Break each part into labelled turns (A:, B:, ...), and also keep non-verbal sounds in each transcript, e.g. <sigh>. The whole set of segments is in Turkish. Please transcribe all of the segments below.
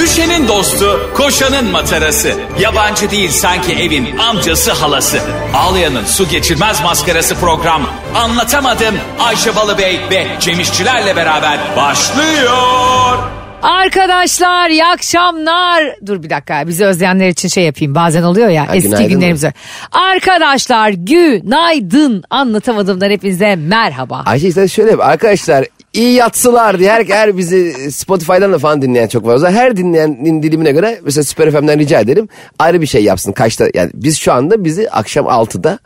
A: Ayşe'nin dostu, koşanın matarası. Yabancı değil sanki evin amcası halası. Ağlayan'ın su geçirmez maskarası program. Anlatamadım Ayşe Balıbey ve Cemişçilerle beraber başlıyor.
B: Arkadaşlar iyi akşamlar. Dur bir dakika bizi özleyenler için şey yapayım. Bazen oluyor ya eski
C: günaydın
B: günlerimiz. Arkadaşlar günaydın. Anlatamadımdan hepinize merhaba.
C: Ayşe sen şöyle yap. Arkadaşlar iyi yatsılar diye her, her bizi Spotify'dan da falan dinleyen çok var. O zaman her dinleyenin dilimine göre mesela Süper FM'den rica ederim ayrı bir şey yapsın. Kaçta yani biz şu anda bizi akşam 6'da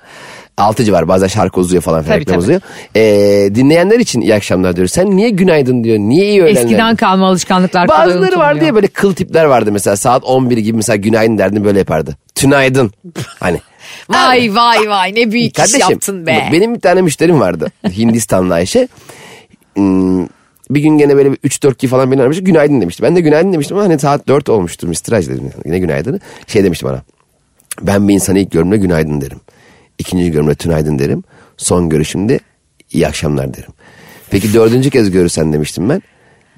C: 6 civar bazen şarkı uzuyor falan filan
B: Tabii,
C: reklam
B: tabii.
C: uzuyor. Ee, dinleyenler için iyi akşamlar diyoruz. Sen niye günaydın diyor, niye iyi öğlenler diyor?
B: Eskiden kalma alışkanlıklar kolay
C: Bazıları vardı
B: unutulmuyor.
C: ya böyle kıl tipler vardı mesela saat 11 gibi mesela günaydın derdin böyle yapardı. Tünaydın. Hani.
B: Vay vay vay ne büyük
C: Kardeşim,
B: iş yaptın be.
C: bak Benim bir tane
B: <laughs>
C: müşterim vardı. Hindistanlı Ayşe. Hmm, bir gün gene böyle 3-4 gibi falan beni aramış. Günaydın demişti. Ben de günaydın demiştim ama hani saat 4 olmuştu. Mistraj dedim. Yine günaydın. Şey demişti bana. Ben bir insana ilk görümle günaydın derim. İkinci görümle tünaydın derim. Son görüşümde iyi akşamlar derim. Peki dördüncü kez görürsen demiştim ben.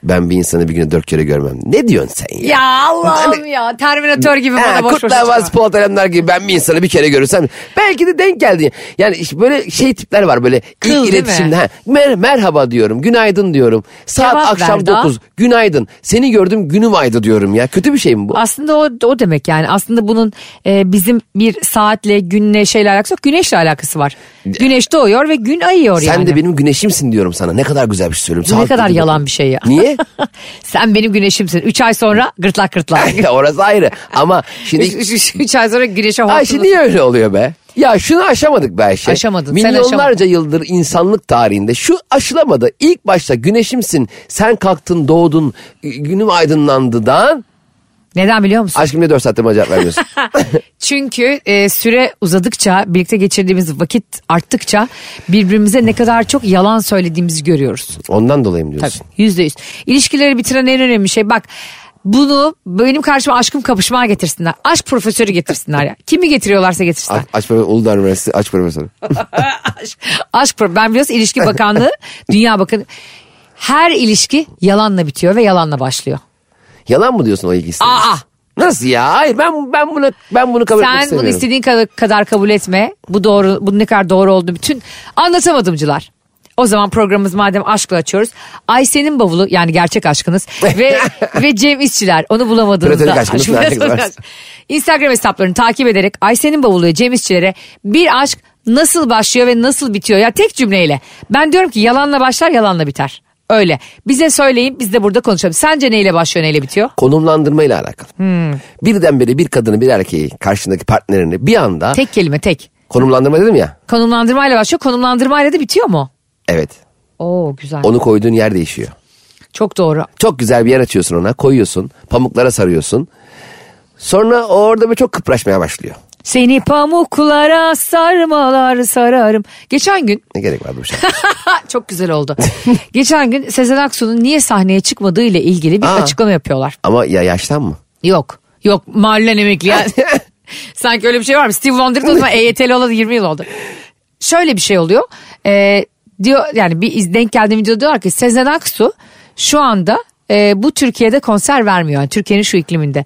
C: Ben bir insanı bir güne dört kere görmem. Ne diyorsun sen ya?
B: Ya Allah'ım ya Terminator gibi
C: Hani- Ha,
B: bana boş boş.
C: Kurtlar Vaz, Polat Alemdar gibi ben bir insanı bir kere görürsem belki de denk geldi. Yani işte böyle şey tipler var böyle
B: Kıl, değil
C: ilk
B: mi?
C: iletişimde. Ha, mer- merhaba diyorum, günaydın diyorum. Saat
B: Cevap ver
C: akşam
B: daha.
C: 9, günaydın. Seni gördüm günüm aydı diyorum ya. Kötü bir şey mi bu?
B: Aslında o, o demek yani aslında bunun e, bizim bir saatle günle şeyle alakası yok güneşle alakası var. Güneş doğuyor ve gün ayıyor
C: Sen
B: yani.
C: de benim güneşimsin diyorum sana. Ne kadar güzel bir şey söylüyorum.
B: Bu ne
C: Saat
B: kadar
C: dokuz-
B: yalan bir şey ya.
C: Niye? <laughs>
B: <laughs> Sen benim güneşimsin. Üç ay sonra gırtlak gırtlak.
C: Ya Orası ayrı ama
B: <laughs>
C: şimdi...
B: üç, üç- üç- üç ay sonra güneşe
C: Ayşe
B: hortumlu.
C: niye öyle oluyor be? Ya şunu aşamadık be Ayşe.
B: Aşamadın, sen
C: Milyonlarca
B: aşamadın.
C: yıldır insanlık tarihinde şu aşılamadı. İlk başta güneşimsin, sen kalktın, doğdun, günüm aydınlandıdan.
B: Neden biliyor musun?
C: Aşkım ne 4 saatte bana
B: <laughs>
C: cevap vermiyorsun?
B: Çünkü e, süre uzadıkça birlikte geçirdiğimiz vakit arttıkça birbirimize ne kadar çok yalan söylediğimizi görüyoruz.
C: Ondan dolayı mı diyorsun?
B: Yüzde yüz. İlişkileri bitiren en önemli şey bak bunu benim karşıma aşkım kapışmaya getirsinler. Aşk profesörü getirsinler ya. Kimi getiriyorlarsa getirsinler.
C: Aç, aç profesör, Uludağ Üniversitesi
B: <laughs>
C: aç profesörü.
B: aşk, aşk pro- ben biliyorsun ilişki bakanlığı dünya bakanı her ilişki yalanla bitiyor ve yalanla başlıyor.
C: Yalan mı diyorsun o ilgisi?
B: Aa!
C: Nasıl ya? Hayır ben ben bunu ben bunu kabul etmek
B: Sen bunu
C: istemiyorum.
B: istediğin kadar, kadar kabul etme. Bu doğru, bunun ne kadar doğru olduğunu bütün anlatamadımcılar. O zaman programımız madem aşkla açıyoruz. Ayşe'nin bavulu yani gerçek aşkınız
C: <laughs>
B: ve ve Cem İşçiler onu bulamadığınızda.
C: Platonik aşkınız,
B: Platonik
C: platonik
B: aşk.
C: aşk.
B: Instagram hesaplarını takip ederek Ayşe'nin bavulu ve Cem İşçilere bir aşk nasıl başlıyor ve nasıl bitiyor ya tek cümleyle. Ben diyorum ki yalanla başlar yalanla biter. Öyle. Bize söyleyin biz de burada konuşalım. Sence neyle başlıyor neyle bitiyor?
C: Konumlandırmayla alakalı.
B: Hmm.
C: Birdenbire bir kadını bir erkeği karşındaki partnerini bir anda
B: Tek kelime tek.
C: konumlandırma dedim ya.
B: Konumlandırmayla başlıyor. Konumlandırmayla da bitiyor mu?
C: Evet.
B: Oo güzel.
C: Onu koyduğun yer değişiyor.
B: Çok doğru.
C: Çok güzel bir yer açıyorsun ona koyuyorsun pamuklara sarıyorsun. Sonra o orada böyle çok kıpraşmaya başlıyor.
B: Seni pamuklara sarmalar sararım. Geçen gün <laughs>
C: Ne gerek vardı bu şey?
B: çok güzel
C: <laughs>
B: oldu. Geçen gün Sezen Aksu'nun niye sahneye çıkmadığı ile ilgili bir
C: Aa.
B: açıklama yapıyorlar.
C: Ama ya yaştan mı?
B: Yok. Yok mahallen emekli
C: <laughs>
B: ya. <laughs> Sanki öyle bir şey var mı? Steve Wonder da o zaman EYT'li olalı 20 yıl oldu. Şöyle bir şey oluyor. Ee, diyor yani bir iz- denk geldiğim videoda diyorlar ki Sezen Aksu şu anda e, bu Türkiye'de konser vermiyor. Yani Türkiye'nin şu ikliminde.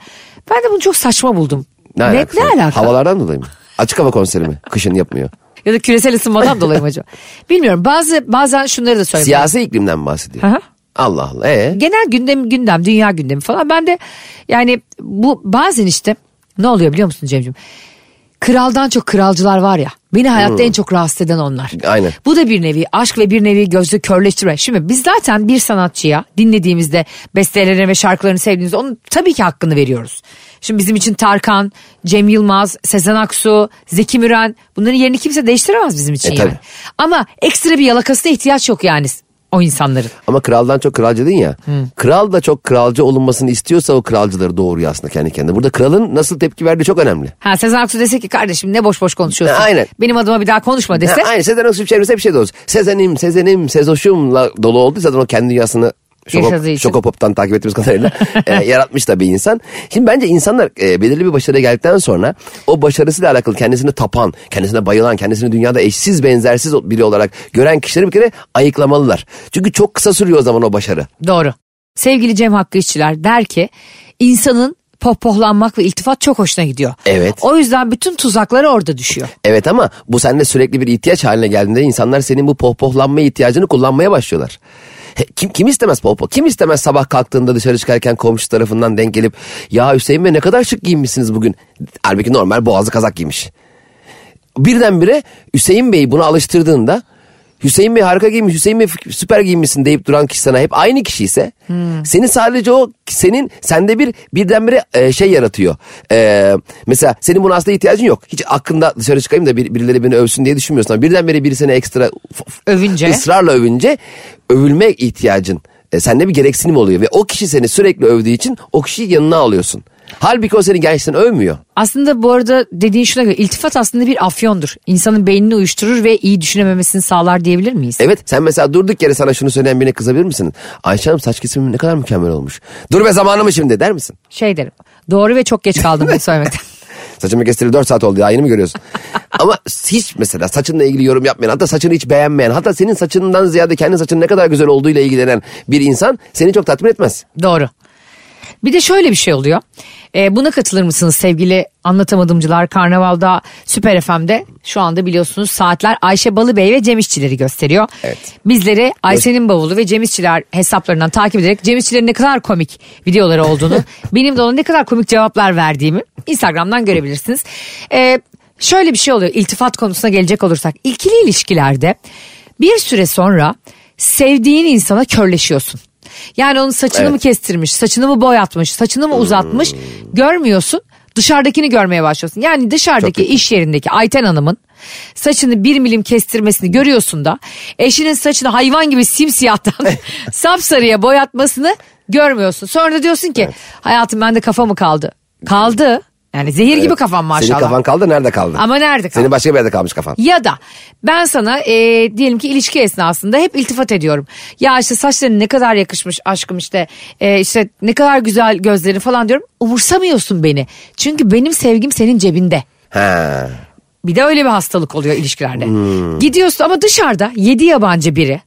B: Ben de bunu çok saçma buldum. Ne, ne,
C: alakası var?
B: alaka?
C: Havalardan dolayı mı? Açık hava konseri mi?
B: <laughs>
C: Kışın yapmıyor.
B: Ya da küresel ısınmadan dolayı mı acaba? Bilmiyorum. Bazı bazen şunları da söylüyorum.
C: Siyasi iklimden mi bahsediyor.
B: Aha.
C: Allah Allah. Ee?
B: Genel gündem gündem, dünya gündemi falan. Ben de yani bu bazen işte ne oluyor biliyor musun Cemciğim? Kraldan çok kralcılar var ya. Beni hayatta en çok rahatsız eden onlar.
C: Hmm. Aynen.
B: Bu da bir nevi aşk ve bir nevi gözü körleştirme. Şimdi biz zaten bir sanatçıya dinlediğimizde bestelerini ve şarkılarını sevdiğimizde onun tabii ki hakkını veriyoruz. Şimdi bizim için Tarkan, Cem Yılmaz, Sezen Aksu, Zeki Müren bunların yerini kimse değiştiremez bizim için
C: E,
B: yani.
C: tabii.
B: Ama ekstra bir yalakasına ihtiyaç yok yani o insanların.
C: Ama kraldan çok kralcı dedin ya. Kral da çok kralcı olunmasını istiyorsa o kralcıları doğuruyor aslında kendi kendine. Burada kralın nasıl tepki verdiği çok önemli.
B: Ha Sezen Aksu dese ki kardeşim ne boş boş konuşuyorsun.
C: Ha, aynen.
B: Benim adıma bir daha konuşma dese.
C: Ha, aynı Sezen Aksu'nun çevresi hep şey de olsun. Sezen'im, Sezen'im, Sezoş'umla dolu oldu. Zaten o kendi dünyasını
B: Yaşadığı için.
C: Şoko, Şokopop'tan takip
B: <laughs>
C: ettiğimiz kadarıyla e, yaratmış da bir insan. Şimdi bence insanlar e, belirli bir başarıya geldikten sonra o başarısıyla alakalı kendisini tapan, kendisine bayılan, kendisini dünyada eşsiz benzersiz biri olarak gören kişileri bir kere ayıklamalılar. Çünkü çok kısa sürüyor o zaman o başarı.
B: Doğru. Sevgili Cem Hakkı İşçiler der ki insanın pohpohlanmak ve iltifat çok hoşuna gidiyor.
C: Evet.
B: O yüzden bütün tuzakları orada düşüyor.
C: Evet ama bu sende sürekli bir ihtiyaç haline geldiğinde insanlar senin bu pohpohlanma ihtiyacını kullanmaya başlıyorlar. He, Kim, kim istemez pohpoh? Kim istemez sabah kalktığında dışarı çıkarken komşu tarafından denk gelip ya Hüseyin Bey ne kadar şık giyinmişsiniz bugün. Halbuki normal boğazlı kazak giymiş. Birdenbire Hüseyin Bey buna alıştırdığında Hüseyin Bey harika giymiş, Hüseyin Bey süper giymişsin deyip duran kişi sana hep aynı kişi ise seni sadece o senin sende bir birdenbire e, şey yaratıyor. E, mesela senin buna aslında ihtiyacın yok. Hiç aklında dışarı çıkayım da bir, birileri beni övsün diye düşünmüyorsun. ama Birdenbire biri seni ekstra f- f-
B: Övünce.
C: ısrarla övünce övülme ihtiyacın e, sende bir gereksinim oluyor ve o kişi seni sürekli övdüğü için o kişiyi yanına alıyorsun. Halbuki o seni gerçekten övmüyor.
B: Aslında bu arada dediğin şuna göre iltifat aslında bir afyondur. İnsanın beynini uyuşturur ve iyi düşünememesini sağlar diyebilir miyiz?
C: Evet sen mesela durduk yere sana şunu söyleyen birine kızabilir misin? Ayşe Hanım saç kesimim ne kadar mükemmel olmuş. Dur be zamanı mı şimdi der misin?
B: Şey derim doğru ve çok geç
C: <laughs>
B: kaldım bunu söylemekten.
C: Saçımı kestirdi 4 saat oldu ya yeni mi görüyorsun?
B: <laughs>
C: Ama hiç mesela saçınla ilgili yorum yapmayan hatta saçını hiç beğenmeyen hatta senin saçından ziyade kendi saçının ne kadar güzel olduğuyla ilgilenen bir insan seni çok tatmin etmez.
B: Doğru. Bir de şöyle bir şey oluyor. Ee, buna katılır mısınız sevgili anlatamadımcılar? Karnaval'da Süper FM'de şu anda biliyorsunuz saatler Ayşe Balıbey ve Cem İşçileri gösteriyor.
C: Evet.
B: Bizleri Ayşe'nin bavulu ve Cem İşçiler hesaplarından takip ederek Cem İşçilerin ne kadar komik videoları olduğunu, benim de ona ne kadar komik cevaplar verdiğimi Instagram'dan görebilirsiniz. Ee, şöyle bir şey oluyor iltifat konusuna gelecek olursak. İlkili ilişkilerde bir süre sonra sevdiğin insana körleşiyorsun. Yani onun saçını
C: Evet. Hmm.
B: mı kestirmiş, saçını mı boyatmış, saçını mı uzatmış görmüyorsun. Dışarıdakini görmeye başlıyorsun. Yani dışarıdaki iş yerindeki Ayten Hanım'ın saçını bir milim kestirmesini görüyorsun da eşinin saçını hayvan gibi simsiyahtan <laughs> sapsarıya boyatmasını görmüyorsun. Sonra da diyorsun ki hayatım bende kafa mı kaldı? Kaldı. Yani zehir gibi kafam maşallah.
C: Senin kafan kaldı nerede kaldı?
B: Ama nerede kaldı?
C: Senin başka bir yerde kalmış kafan.
B: Ya da ben sana e, diyelim ki ilişki esnasında hep iltifat ediyorum. Ya işte saçların ne kadar yakışmış aşkım işte e, işte ne kadar güzel gözleri falan diyorum. Umursamıyorsun beni. Çünkü benim sevgim senin cebinde.
C: Ha.
B: Bir de öyle bir hastalık oluyor ilişkilerde. Gidiyorsun ama dışarıda yedi yabancı biri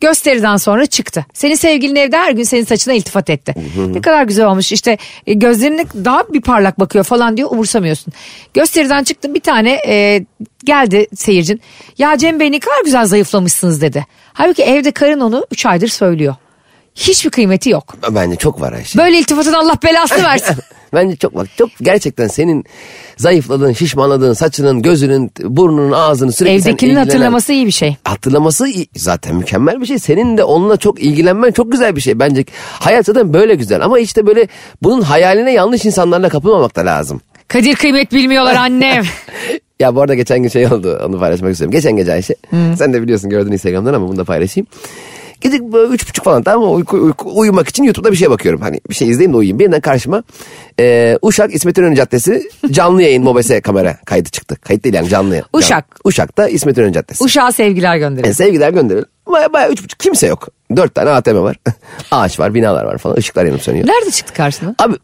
B: gösteriden sonra çıktı. Senin sevgilin evde her gün senin saçına iltifat etti. ne kadar güzel olmuş işte e, gözlerine daha bir parlak bakıyor falan diyor umursamıyorsun. Gösteriden çıktın bir tane e, geldi seyircin. Ya Cem Bey ne kadar güzel zayıflamışsınız dedi. Halbuki evde karın onu 3 aydır söylüyor. Hiçbir kıymeti yok.
C: Bence çok var Ayşe.
B: Böyle iltifatın Allah belasını versin.
C: <laughs> Bence çok bak çok gerçekten senin zayıfladığın, şişmanladığın, saçının, gözünün, burnunun, ağzının sürekli sen
B: Evdekinin
C: ilgilenen-
B: hatırlaması iyi bir şey.
C: hatırlaması i- zaten mükemmel bir şey. Senin de onunla çok ilgilenmen çok güzel bir şey. Bence hayat zaten böyle güzel ama işte böyle bunun hayaline yanlış insanlarla kapılmamak da lazım. <laughs>
B: Kadir kıymet bilmiyorlar annem.
C: Ya bu arada geçen gün şey oldu onu paylaşmak istiyorum. Geçen gece Ayşe sen de biliyorsun gördün Instagram'dan ama bunu da paylaşayım. Gidip böyle üç buçuk falan tamam mı? Uyku, uyku- uyumak için YouTube'da bir şey bakıyorum. Hani bir şey izleyeyim de uyuyayım. Birden karşıma e, Uşak İsmet İnönü Caddesi canlı yayın mobese kamera kaydı çıktı. Kayıt değil yani canlı yayın.
B: Uşak.
C: Uşak'ta İsmet İnönü Caddesi.
B: Uşağa sevgiler gönderin.
C: E, sevgiler gönderelim. Baya baya üç buçuk kimse yok. Dört tane ATM var. <laughs> Ağaç var, binalar var falan. Işıklar yanıp sönüyor.
B: Nerede çıktı karşına?
C: Abi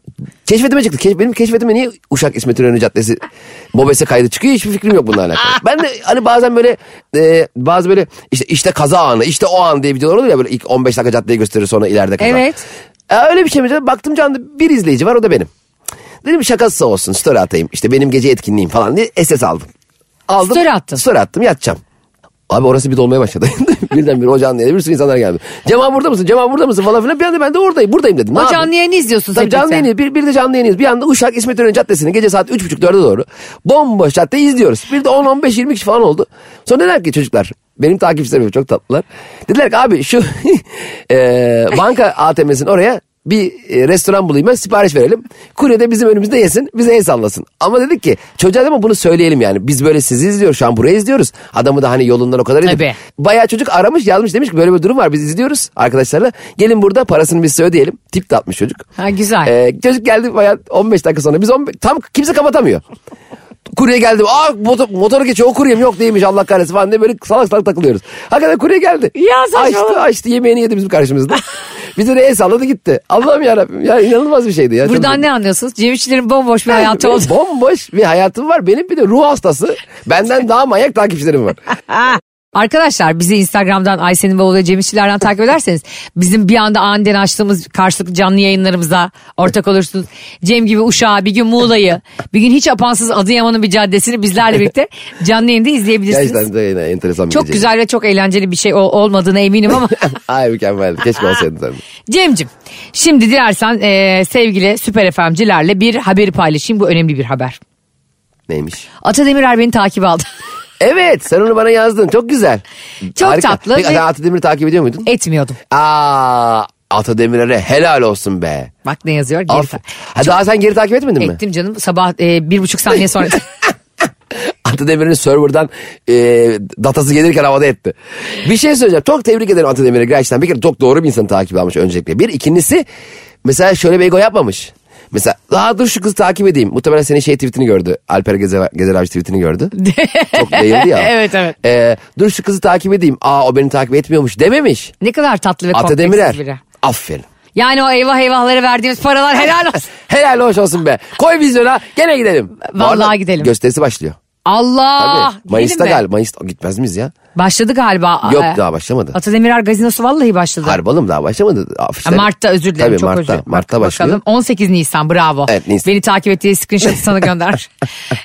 C: keşfetime çıktı. Keş- benim keşfetime niye Uşak İsmet İnönü Caddesi Mobese kaydı çıkıyor hiçbir fikrim yok bununla
B: Ah.
C: alakalı. Ben de hani bazen böyle e, bazı böyle işte işte kaza anı işte o an diye videolar olur ya böyle ilk 15 dakika caddeyi gösterir sonra ileride kaza.
B: Evet.
C: E, öyle bir şey mi? Baktım canlı bir izleyici var o da benim. Dedim şakası olsun story atayım işte benim gece etkinliğim falan diye SS aldım. aldım
B: Story attın.
C: Story attım yatacağım. Abi orası bir dolmaya başladı. <laughs> Birdenbire o canlı yayına bir sürü insanlar geldi. Cem abi burada mısın? Cem abi burada mısın? Falan filan. Bir anda ben de oradayım. Buradayım dedim. Ne
B: O
C: yapayım?
B: canlı yayını izliyorsun
C: Tabii
B: sevgili
C: canlı
B: sen.
C: yayını bir, bir de canlı yayınıyız. Bir anda Uşak İsmet İnönü Caddesi'ni gece saat 3.30-4'e doğru bomboş caddeyi izliyoruz. Bir de 10-15-20 kişi falan oldu. Sonra dediler ki çocuklar benim takipçilerim çok tatlılar. Dediler ki abi şu <laughs> eee, banka ATM'sinin oraya bir e, restoran bulayım ben sipariş verelim. Kurye de bizim önümüzde yesin bize el sallasın. Ama dedik ki çocuğa ama bunu söyleyelim yani. Biz böyle sizi izliyoruz şu an burayı izliyoruz. Adamı da hani yolundan o kadar edip.
B: Tabii.
C: Bayağı çocuk aramış yazmış demiş ki böyle bir durum var biz izliyoruz arkadaşlarla. Gelin burada parasını biz size ödeyelim. Tip de atmış çocuk.
B: Ha, güzel.
C: Ee, çocuk geldi bayağı 15 dakika sonra. Biz 15, tam kimse kapatamıyor. Kurye geldi. Aa motor, motoru geçiyor. O kuryem yok değilmiş Allah kahretsin falan diye böyle salak salak takılıyoruz. Hakikaten kurye geldi.
B: Ya saçmalama.
C: Açtı açtı yemeğini yedi
B: <laughs>
C: bizim karşımızda. Bize de el salladı gitti. Allah'ım yarabbim. Ya inanılmaz bir şeydi. Ya.
B: Buradan ne anlıyorsunuz? Cemişçilerin bomboş bir
C: <laughs>
B: hayatı oldu. <laughs>
C: Bomboş bir hayatım var. Benim bir de ruh hastası. Benden daha manyak takipçilerim var.
B: Arkadaşlar bizi Instagram'dan Aysen'in bavulu Cem İşçilerden takip ederseniz bizim bir anda aniden açtığımız karşılıklı canlı yayınlarımıza ortak olursunuz. Cem gibi Uşağı bir gün Muğla'yı bir gün hiç apansız Adıyaman'ın bir caddesini bizlerle birlikte canlı yayında izleyebilirsiniz.
C: Gerçekten de yine enteresan bir
B: Çok
C: gece.
B: güzel ve çok eğlenceli bir şey ol- olmadığına eminim
C: <laughs>
B: ama
C: Ay mükemmel. Keşke olsaydın sen. de.
B: Cem'cim şimdi dilersen e, sevgili Süper FM'cilerle bir haberi paylaşayım bu önemli bir haber.
C: Neymiş?
B: Ata Demirer er beni takip aldı. <laughs>
C: Evet sen onu bana yazdın. Çok güzel.
B: Çok tatlı
C: Peki,
B: ve-
C: sen Atı Demir'i takip ediyor muydun?
B: Etmiyordum.
C: Aa, Ata Demirer'e helal olsun be.
B: Bak ne yazıyor. Geri
C: Af.
B: ta-
C: Ha, daha sen geri takip etmedin mi?
B: Ettim canım sabah e, bir buçuk saniye
C: <laughs>
B: sonra.
C: Ata Demir'in serverdan e, datası gelirken havada etti. Bir şey söyleyeceğim. Çok tebrik ederim Ata Demir'i gerçekten. Bir kere çok doğru bir insanı takip almış öncelikle. Bir. ikincisi mesela şöyle bir ego yapmamış. Mesela daha dur şu kızı takip edeyim. Muhtemelen senin şey tweetini gördü. Alper Gezer, Gezer abi
B: <laughs>
C: tweetini gördü. Çok değildi ya.
B: Evet, evet.
C: E, dur şu kızı takip edeyim. Aa o beni takip etmiyormuş dememiş.
B: ne kadar tatlı ve
C: Ata
B: kompleksiz
C: Demirer.
B: biri.
C: Aferin.
B: Yani o eyvah eyvahları verdiğimiz paralar helal
C: <laughs>
B: olsun.
C: Helal hoş olsun be. Koy vizyona gene gidelim. Bu
B: Vallahi
C: arada
B: gidelim.
C: Gösterisi başlıyor.
B: Allah.
C: Tabii. Mayıs'ta
B: Gidelim mi?
C: galiba. Mayıs'ta gitmez miyiz ya?
B: Başladı galiba.
C: Yok
B: Ee,
C: daha başlamadı.
B: Ata Demirer gazinosu vallahi başladı.
C: Harbalım daha başlamadı.
B: Ha,
C: Afişler.
B: Mart'ta özür dilerim
C: Tabii
B: çok
C: Mart'ta,
B: özür dilerim.
C: Mart'ta
B: Bak-
C: başlıyor.
B: Bakalım 18 Nisan bravo.
C: Evet, Nisan.
B: Beni takip ettiği screenshot'ı
C: <laughs>
B: sana gönder.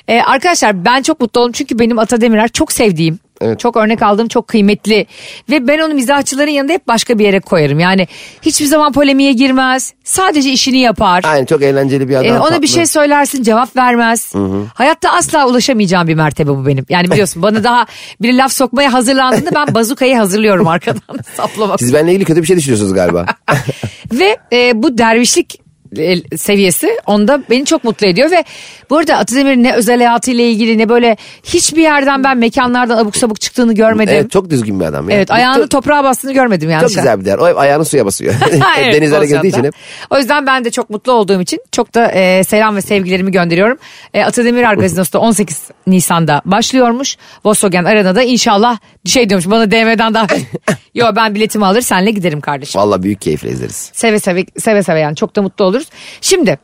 B: Ee, arkadaşlar ben çok mutlu oldum çünkü benim Ata Demirer çok sevdiğim.
C: Evet.
B: Çok örnek aldığım çok kıymetli ve ben onu mizahçıların yanında hep başka bir yere koyarım. Yani hiçbir zaman polemiğe girmez. Sadece işini yapar.
C: Aynen çok eğlenceli bir adam.
B: Ee, ona
C: tatlı.
B: bir şey söylersin cevap vermez. Hayatta asla ulaşamayacağım bir mertebe bu benim. Yani biliyorsun bana daha bir laf sokmaya hazırlandığında ben bazukayı hazırlıyorum arkadan <laughs>
C: <laughs>
B: saplamak.
C: Siz benimle ilgili kötü bir şey düşünüyorsunuz galiba.
B: <laughs> Ve e, bu dervişlik e, seviyesi onda beni çok mutlu ediyor ve bu arada Atıdemir'in ne özel hayatıyla ilgili ne böyle hiçbir yerden ben mekanlardan abuk sabuk çıktığını görmedim.
C: evet çok düzgün bir adam. Ya.
B: Evet, ayağını
C: Çok-
B: toprağa bastığını görmedim yani.
C: Çok
B: <laughs>
C: güzel bir der. O hep ayağını suya basıyor.
B: Evet,
C: Denizlere
B: konsantre.
C: girdiği için hep.
B: O yüzden ben de çok mutlu olduğum için çok da e, selam ve sevgilerimi gönderiyorum. E, Atademir Argazinosu'da 18 Nisan'da başlıyormuş. Volkswagen Arena'da inşallah şey diyormuş bana DM'den
C: <laughs>
B: daha. Yo ben biletimi alır senle giderim kardeşim.
C: Valla büyük keyifle izleriz.
B: Seve seve seve seve yani çok da mutlu oluruz. Şimdi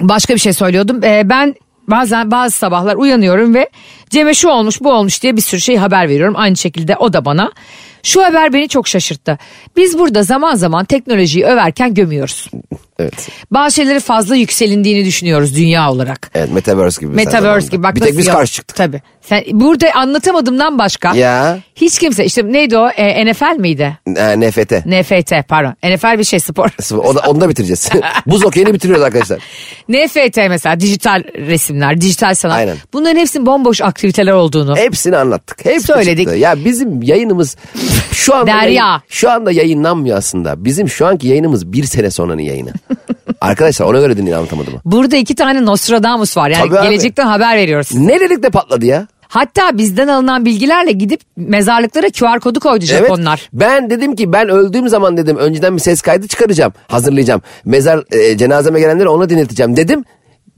B: başka bir şey söylüyordum. Ee, ben bazen bazı sabahlar uyanıyorum ve Cem'e şu olmuş bu olmuş diye bir sürü şey haber veriyorum. Aynı şekilde o da bana. Şu haber beni çok şaşırttı. Biz burada zaman zaman teknolojiyi överken gömüyoruz.
C: Evet.
B: Bazı şeyleri fazla yükselindiğini düşünüyoruz dünya olarak.
C: Evet Metaverse gibi. mesela
B: Metaverse
C: zamanında.
B: gibi bak
C: Bir tek
B: nasıl
C: biz
B: yok.
C: karşı çıktık.
B: Tabii. Sen, burada anlatamadığımdan başka
C: Ya.
B: hiç kimse işte neydi o E, NFL miydi?
C: Ee, NFT.
B: NFT pardon NFL bir şey spor.
C: O da, onu da bitireceğiz. <laughs> Buz okeyini bitiriyoruz arkadaşlar.
B: NFT mesela dijital resimler, dijital sanat.
C: Aynen. E-
B: Bunların hepsinin bomboş aktiviteler olduğunu.
C: Hepsini anlattık. Hepsi
B: Söyledik.
C: çıktı. Ya bizim yayınımız şu anda
B: Derya.
C: yayın- şu anda yayınlanmıyor aslında. Bizim şu anki yayınımız bir sene
B: <laughs>
C: sonranın yayını. Arkadaşlar ona göre dinleyin anlatamadım.
B: Burada iki tane Nostradamus var. Yani
C: Tabii abi.
B: gelecekten haber veriyoruz.
C: Ne dedik de patladı ya?
B: Hatta bizden alınan bilgilerle gidip mezarlıklara QR kodu koydu Japonlar.
C: Ben dedim ki ben öldüğüm zaman dedim önceden bir ses kaydı çıkaracağım. Hazırlayacağım. Mezar e, cenazeme gelenleri ona dinleteceğim dedim.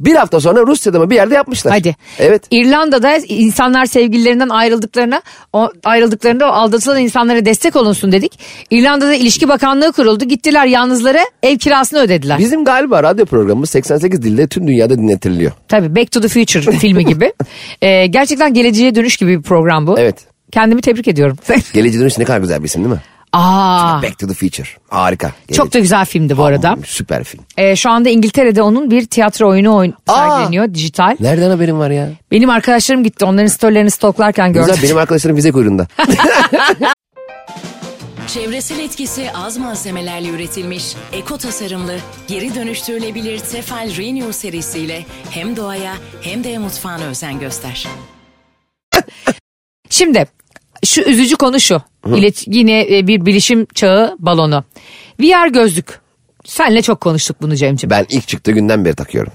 C: Bir hafta sonra Rusya'da mı bir yerde yapmışlar.
B: Hadi.
C: Evet.
B: İrlanda'da insanlar sevgililerinden ayrıldıklarına o, ayrıldıklarında o aldatılan insanlara destek olunsun dedik. İrlanda'da ilişki bakanlığı kuruldu. Gittiler yalnızlara ev kirasını ödediler.
C: Bizim galiba radyo programımız 88 dilde tüm dünyada dinletiriliyor.
B: Tabii Back to the Future filmi
C: <laughs>
B: gibi. Ee, gerçekten geleceğe dönüş gibi bir program bu.
C: Evet.
B: Kendimi tebrik ediyorum.
C: <laughs> Geleceğe dönüş ne kadar güzel bir isim değil mi?
B: Aa,
C: Back to the Future. Harika.
B: Ah. çok da güzel filmdi bu arada.
C: Süper film.
B: Ee, şu anda İngiltere'de onun bir tiyatro oyunu oyn
C: Aa.
B: sergileniyor dijital.
C: Nereden haberin var ya?
B: Benim arkadaşlarım gitti onların storylerini stoklarken gördüm.
C: Güzel benim arkadaşlarım vize
B: <laughs>
C: kuyruğunda.
D: Çevresel etkisi az malzemelerle üretilmiş, eko tasarımlı, geri dönüştürülebilir Tefal Renew serisiyle hem doğaya hem de mutfağına özen göster.
B: Şimdi şu üzücü konu şu. İlet- yine e, bir bilişim çağı balonu. VR gözlük. Senle çok konuştuk bunu Cem'ciğim.
C: ben ilk çıktığı günden beri takıyorum.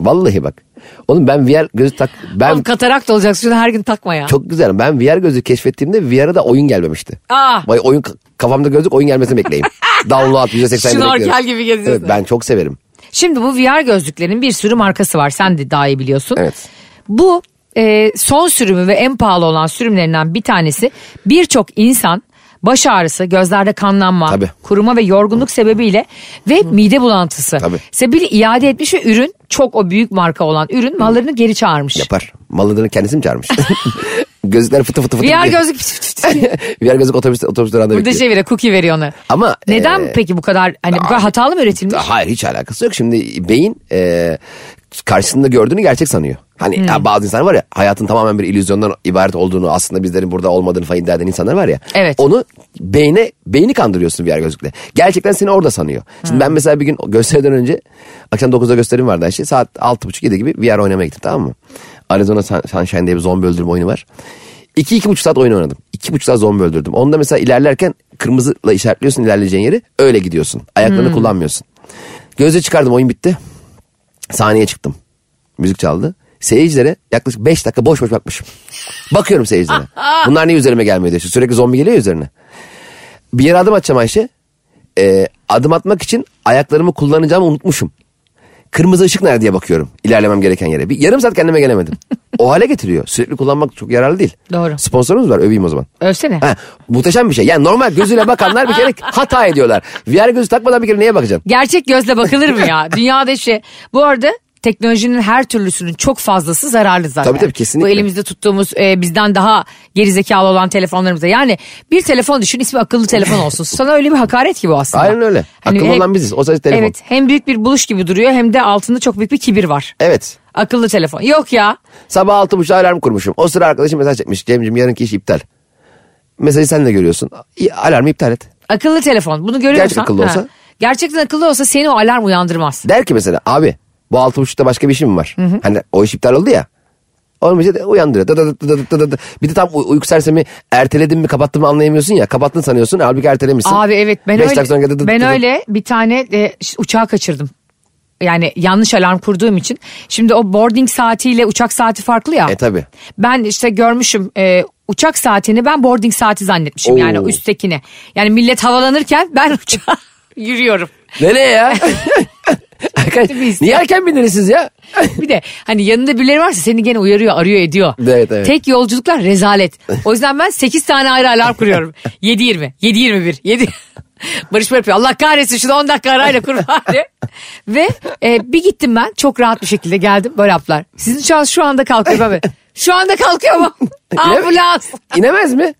C: Vallahi bak. Oğlum ben VR gözü tak...
B: Oğlum
C: Ben
B: katarak da olacaksın şunu her gün takma ya.
C: çok güzel. Ben VR gözü keşfettiğimde VR'a da oyun gelmemişti.
B: Aa.
C: Vay oyun kafamda gözlük oyun
B: <laughs>
C: gelmesini bekleyeyim. Download %80'ini bekliyorum.
B: Şnorkel gibi geziyorsun.
C: Evet ben çok severim.
B: Şimdi bu VR gözlüklerin bir sürü markası var. Sen de daha iyi biliyorsun.
C: Evet.
B: Bu e, son sürümü ve en pahalı olan sürümlerinden bir tanesi. Birçok insan baş ağrısı, gözlerde kanlanma,
C: Tabii.
B: kuruma ve yorgunluk sebebiyle ve mide bulantısı.
C: Tabii.
B: Sebebiyle iade etmiş ve ürün çok o büyük marka olan ürün mallarını geri çağırmış. <laughs>
C: Yapar. Maladını kendisi mi çağırmış? Gözlükler fıtı fıtı fıtı.
B: VR
C: gidiyor. <laughs>
B: gözlük pıt pıt pıt.
C: VR gözlük otobüs, otobüs durağında
B: Burada
C: bekliyor.
B: şey veriyor cookie veriyor ona.
C: Ama,
B: Neden
C: e,
B: peki bu kadar hani bu kadar hatalı mı üretilmiş?
C: Hayır hiç alakası yok. Şimdi beyin e, karşısında gördüğünü gerçek sanıyor. Hani ya bazı insanlar var ya hayatın tamamen bir illüzyondan ibaret olduğunu aslında bizlerin burada olmadığını falan iddia eden insanlar var ya.
B: Evet.
C: Onu beyne beyni kandırıyorsun VR gözlükle. Gerçekten seni orada sanıyor. Şimdi ben mesela bir gün gösteriden önce akşam 9'da gösterim vardı Ayşe. Saat 6.30-7 gibi VR oynamaya gittim tamam mı? Arizona Sun- Sunshine diye bir zombi öldürme oyunu var. 2-2,5 saat oyun oynadım. 2,5 saat zombi öldürdüm. Onda mesela ilerlerken kırmızıyla işaretliyorsun ilerleyeceğin yeri. Öyle gidiyorsun. Ayaklarını kullanmıyorsun. Gözle çıkardım oyun bitti. Sahneye çıktım. Müzik çaldı. Seyircilere yaklaşık 5 dakika boş boş bakmışım. Bakıyorum seyircilere. Bunlar niye üzerime gelmiyor diye. Sürekli zombi geliyor ya üzerine. Bir yere adım atacağım Ayşe. Ee, adım atmak için ayaklarımı kullanacağımı unutmuşum. Kırmızı ışık nerede diye bakıyorum. İlerlemem gereken yere. Bir yarım saat kendime gelemedim. o hale getiriyor. Sürekli kullanmak çok yararlı değil.
B: Doğru.
C: Sponsorumuz var öveyim o zaman.
B: Övsene.
C: Ha, muhteşem bir şey. Yani normal gözüyle bakanlar bir kere hata ediyorlar. VR gözü takmadan bir kere neye bakacaksın?
B: Gerçek gözle bakılır mı
C: <laughs>
B: ya? Dünyada şey. Bu arada teknolojinin her türlüsünün çok fazlası zararlı zaten.
C: Tabii tabii, kesinlikle.
B: Bu elimizde tuttuğumuz e, bizden daha geri zekalı olan telefonlarımızda. Yani bir telefon düşün ismi akıllı telefon
C: <laughs>
B: olsun. Sana öyle bir hakaret gibi aslında. Hani
C: Aynen öyle. Akıllı olan biziz. O sadece telefon.
B: Evet hem büyük bir buluş gibi duruyor hem de altında çok büyük bir kibir var.
C: Evet.
B: Akıllı telefon. Yok ya.
C: Sabah altı buçukta alarm kurmuşum. O sıra arkadaşım mesaj çekmiş. Cem'ciğim yarınki iş iptal. Mesajı sen de görüyorsun. İyi, Alarmı iptal et.
B: Akıllı telefon. Bunu görüyorsan.
C: Gerçek akıllı
B: ha.
C: olsa?
B: Gerçekten akıllı olsa seni o alarm uyandırmaz.
C: Der ki mesela abi bu altı buçukta başka bir işim var. Hani o iş iptal oldu ya. Olmayınca da uyandırıyor. Dı dı dı dı dı dı dı dı. Bir de tam uy- uyku sersemi erteledim mi kapattım mı anlayamıyorsun ya. Kapattın sanıyorsun halbuki ertelemişsin.
B: Abi evet ben
C: Beş
B: öyle,
C: dakika sonra dı dı dı
B: ben
C: dı dı.
B: öyle bir tane e, ş- uçağı kaçırdım. Yani yanlış alarm kurduğum için. Şimdi o boarding saatiyle uçak saati farklı ya.
C: E tabi.
B: Ben işte görmüşüm e, uçak saatini ben boarding saati zannetmişim
C: Oo.
B: yani üsttekini. Yani millet havalanırken ben <laughs> uçağa yürüyorum.
C: Nereye
B: <laughs>
C: ya? Arkadaş,
B: Biz-
C: Niye erken bindiniz siz ya? <laughs>
B: Bir de hani yanında birileri varsa seni gene uyarıyor, arıyor, ediyor.
C: Evet, evet.
B: Tek yolculuklar rezalet.
C: <laughs>
B: O yüzden ben 8 tane ayrı alarm kuruyorum. 7.20, 7.21, 7... <laughs> Barış böyle yapıyor. Allah kahretsin şunu 10 dakika arayla kur
C: <laughs>
B: bari. Ve e, bir gittim ben çok rahat bir şekilde geldim. Böyle yaptılar. Sizin şu an şu anda kalkıyor
C: <laughs>
B: abi. Şu anda kalkıyor mu?
C: İneme-
B: Ambulans. <laughs>
C: İnemez mi?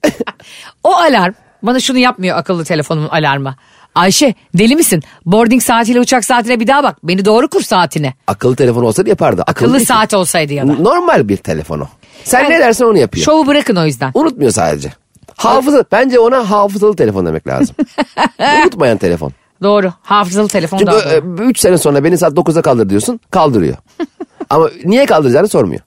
B: O alarm bana şunu yapmıyor akıllı telefonumun alarmı. Ayşe deli misin? Boarding saatiyle uçak saatine bir daha bak. Beni doğru kur saatine.
C: Akıllı telefon olsaydı yapardı. Akıllı,
B: Akıllı
C: değil ki.
B: saat olsaydı ya da.
C: Normal bir telefonu. Sen
B: Yani-
C: ne dersen onu yapıyor.
B: Şovu bırakın o yüzden.
C: Unutmuyor sadece. Hafıza bence ona hafızalı telefon demek lazım. Unutmayan telefon.
B: Doğru. Hafızalı telefon
C: Çünkü
B: daha doğru.
C: 3 sene sonra beni saat 9'da kaldır diyorsun. Kaldırıyor. Ama niye kaldıracağını sormuyor.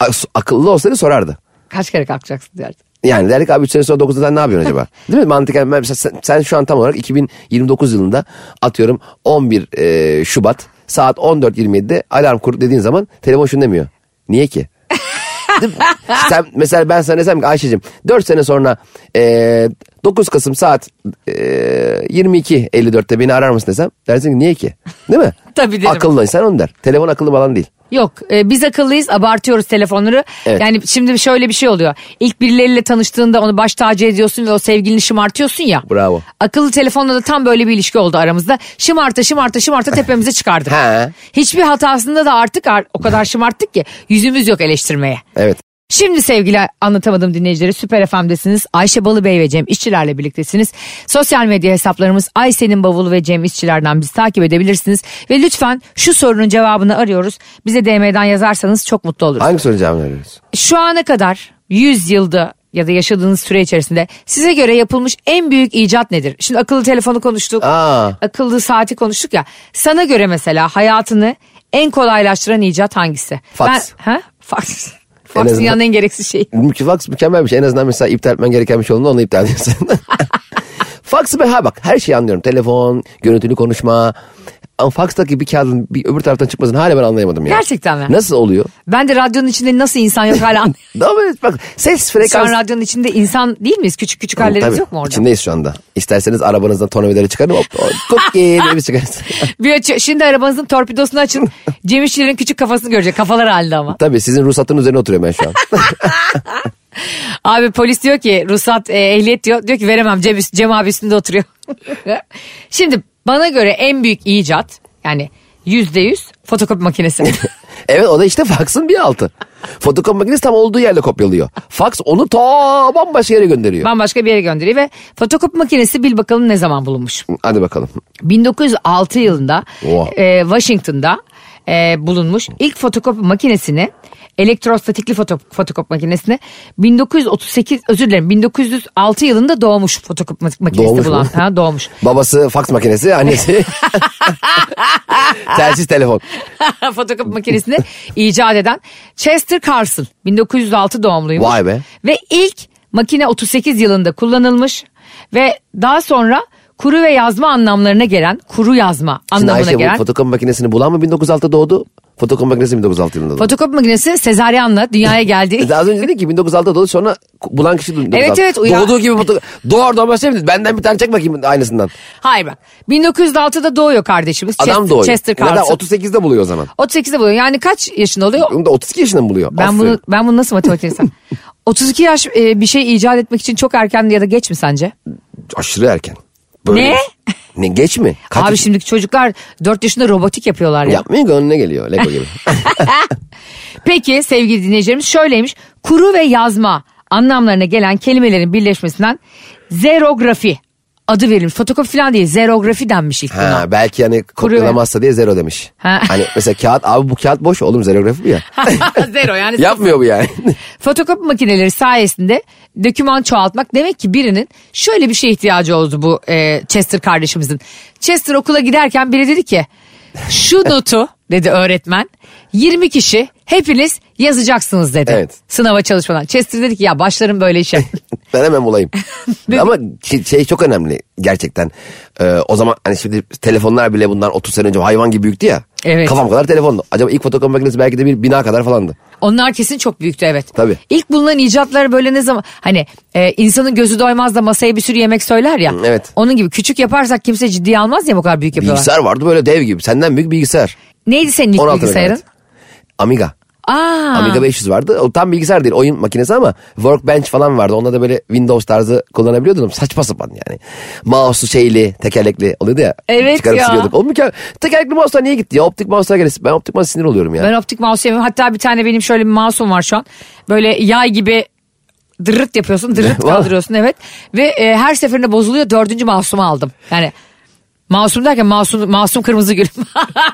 C: A- s- Akıllı olsaydı sorardı.
B: Kaç kere kalkacaksın derdi.
C: Yani derdik abi 3 sene sonra 9'da sen ne
B: <laughs>
C: yapıyorsun acaba? Değil mi? Mantıken ben- sen, sen- sen şu an tam olarak 2029 yılında atıyorum 11 e, Şubat saat 14.27'de alarm kur dediğin zaman telefon şunu demiyor.
B: <laughs>
C: Niye ki? Değil mi? sen, mesela ben sana desem ki Ayşe'cim 4 sene sonra e, 9 Kasım saat e, 22.54'te beni arar mısın desem dersin ki niye ki? Değil mi?
B: <laughs> Tabii derim.
C: Akıllı insan onu der. Telefon akıllı falan değil.
B: Yok e, biz akıllıyız abartıyoruz telefonları.
C: Evet.
B: Yani şimdi şöyle bir şey oluyor. İlk birileriyle tanıştığında onu baş tacı ediyorsun ve o sevgilini şımartıyorsun ya.
C: Bravo.
B: Akıllı telefonla da tam böyle bir ilişki oldu aramızda. Şımarta şımarta
C: <laughs>
B: şımarta tepemize çıkardık.
C: He.
B: Hiçbir hatasında da artık ar- o kadar şımarttık ki yüzümüz yok eleştirmeye.
C: Evet.
B: Şimdi sevgili anlatamadım dinleyicileri Süper FM'desiniz. Ayşe Balıbey ve Cem İşçilerle birliktesiniz. Sosyal medya hesaplarımız Ayşe'nin bavulu ve Cem İşçilerden bizi takip edebilirsiniz. Ve lütfen şu sorunun cevabını arıyoruz. Bize DM'den yazarsanız çok mutlu oluruz.
C: Hangi soru cevabını veriyoruz?
B: Şu ana kadar 100 yılda ya da yaşadığınız süre içerisinde size göre yapılmış en büyük icat nedir? Şimdi akıllı telefonu konuştuk.
C: Aa.
B: Akıllı saati konuştuk ya. Sana göre mesela hayatını en kolaylaştıran icat hangisi?
C: Fax.
B: Ben- ha? Fax.
C: En
B: Fax
C: azından-
B: dünyanın en gereksiz şey. şeyi.
C: Fax mükemmel bir şey. En azından mesela iptal etmen gereken bir şey olduğunda onu iptal ediyorsun. <laughs> Fax be ha bak her şeyi anlıyorum. Telefon, görüntülü konuşma. Ama faxtaki bir kağıdın bir öbür taraftan çıkmasını hala ben anlayamadım ya.
B: Gerçekten mi?
C: Nasıl oluyor?
B: Ben de radyonun içinde nasıl insan yok hala anlayamadım.
C: Daha böyle bak ses
B: Şu an
C: frekansı.
B: radyonun içinde insan değil miyiz? Küçük küçük hallerimiz
C: Tabii,
B: yok mu orada?
C: İçindeyiz şu anda. İsterseniz arabanızdan tornavidaları çıkarın. Hop, hop,
B: <laughs>
C: cookie diye bir çıkarız. <laughs>
B: Bir açı- şimdi arabanızın torpidosunu açın. Cem İşçilerin küçük kafasını görecek. Kafalar halinde ama.
C: Tabii sizin ruhsatın üzerine oturuyorum ben şu an. <laughs>
B: Abi polis diyor ki ruhsat e, ehliyet diyor. Diyor ki veremem Cem, üst- Cem abi üstünde oturuyor. <laughs> şimdi bana göre en büyük icat yani yüzde yüz fotokopi makinesi.
C: evet o da işte faxın bir altı. Fotokopi makinesi tam olduğu yerde kopyalıyor. Fax onu ta bambaşka yere gönderiyor.
B: Bambaşka bir yere gönderiyor ve fotokopi makinesi bil bakalım ne zaman bulunmuş.
C: Hadi bakalım.
B: 1906 yılında
C: Oha.
B: e, Washington'da e, bulunmuş ilk fotokopi makinesini elektrostatikli foto, fotokopi makinesini 1938 özür dilerim 1906 yılında doğmuş fotokopi mak- makinesi
C: Doğmuş mu?
B: bulan. Ha, doğmuş. <laughs>
C: Babası fax makinesi, annesi telsiz telefon.
B: fotokopi makinesini icat eden Chester Carson 1906 doğumluymuş.
C: Vay be.
B: Ve ilk makine 38 yılında kullanılmış ve daha sonra kuru ve yazma anlamlarına gelen kuru yazma
C: Şimdi
B: anlamına
C: Ayşe
B: gelen
C: bu fotokopi makinesini bulan mı 1906'da doğdu? Fotokopi makinesi 1906 yılında doğdu.
B: Fotokopi makinesi sezaryanla dünyaya
C: <laughs>
B: geldi.
C: E daha az önce dedin ki 1906'da doğdu sonra bulan kişi 1906.
B: Evet, evet, uyan-
C: Doğduğu gibi foto... doğar doğmaz şey mi? Benden bir tane çek bakayım aynısından.
B: Hayır bak. 1906'da doğuyor kardeşimiz.
C: Adam
B: Chester,
C: doğuyor.
B: Chester
C: Ne kadar?
B: Carson.
C: 38'de buluyor o zaman.
B: 38'de buluyor. Yani kaç yaşında oluyor?
C: Bunu da 32 yaşında mı buluyor?
B: Ben
C: Aferin.
B: bunu ben bunu nasıl matematiğe
C: <laughs>
B: 32 yaş e, bir şey icat etmek için çok erken ya da geç mi sence?
C: Aşırı erken. şey.
B: Ne?
C: Ne geç mi? Kaç
B: Abi
C: yaş-
B: şimdiki çocuklar 4 yaşında robotik yapıyorlar ya.
C: Yapmıyor ki önüne geliyor.
B: <laughs>
C: Lego gibi.
B: Peki sevgili dinleyicilerimiz şöyleymiş. Kuru ve yazma anlamlarına gelen kelimelerin birleşmesinden zerografi adı verilmiş. Fotokopi falan değil zerografi denmiş ilk buna.
C: ha, belki hani kopyalamazsa diye zero demiş.
B: Ha.
C: Hani mesela kağıt abi bu kağıt boş oğlum zerografi mi ya?
B: <laughs> <laughs> Zero yani
C: Yapmıyor bu yani.
B: Fotokopi makineleri sayesinde döküman çoğaltmak demek ki birinin şöyle bir şeye ihtiyacı oldu bu e, Chester kardeşimizin. Chester okula giderken biri dedi ki şu notu <laughs> dedi öğretmen 20 kişi hepiniz yazacaksınız dedi.
C: Evet.
B: Sınava çalışmadan. Chester dedi ki ya başlarım böyle
C: <laughs>
B: işe.
C: <laughs> ben hemen <laughs> bulayım. Ama şey- şey çok önemli gerçekten. Ee, o zaman hani şimdi telefonlar bile bundan 30 sene önce hayvan gibi büyüktü ya.
B: Evet.
C: Kafam kadar telefondu. Acaba ilk fotokopi makinesi belki de bir bina kadar falandı.
B: Onlar kesin çok büyüktü evet.
C: Tabii.
B: İlk bulunan icatlar böyle ne zaman hani e, insanın gözü doymaz da masaya bir sürü yemek söyler ya.
C: Hı, evet.
B: Onun gibi küçük yaparsak kimse ciddiye almaz ya bu kadar büyük yapıyorlar.
C: Bilgisayar vardı böyle dev gibi. Senden büyük bilgisayar.
B: Neydi senin ilk
C: 16
B: bilgisayarın?
C: megabayt. Amiga.
B: Aa.
C: Amiga 500 vardı. O tam bilgisayar değil oyun makinesi ama workbench falan vardı. Onda da böyle Windows tarzı kullanabiliyordum. Saçma sapan yani. Mouse'u şeyli, tekerlekli oluyordu ya.
B: Evet
C: Çıkarıp
B: ya.
C: siliyorduk. O mükemmel. Tekerlekli mouse'lar niye gitti ya? Optik mouse'lar gelesi. Ben optik mouse'a sinir oluyorum ya.
B: Ben optik mouse sevmiyorum. Hatta bir tane benim şöyle bir mouse'um var şu an. Böyle yay gibi dırırt yapıyorsun, dırırt
C: Vallahi.
B: kaldırıyorsun evet. Ve e, her seferinde bozuluyor. Dördüncü mouse'umu aldım. Yani mouse'um derken mouse'um, mouse'um kırmızı gülüm. <laughs>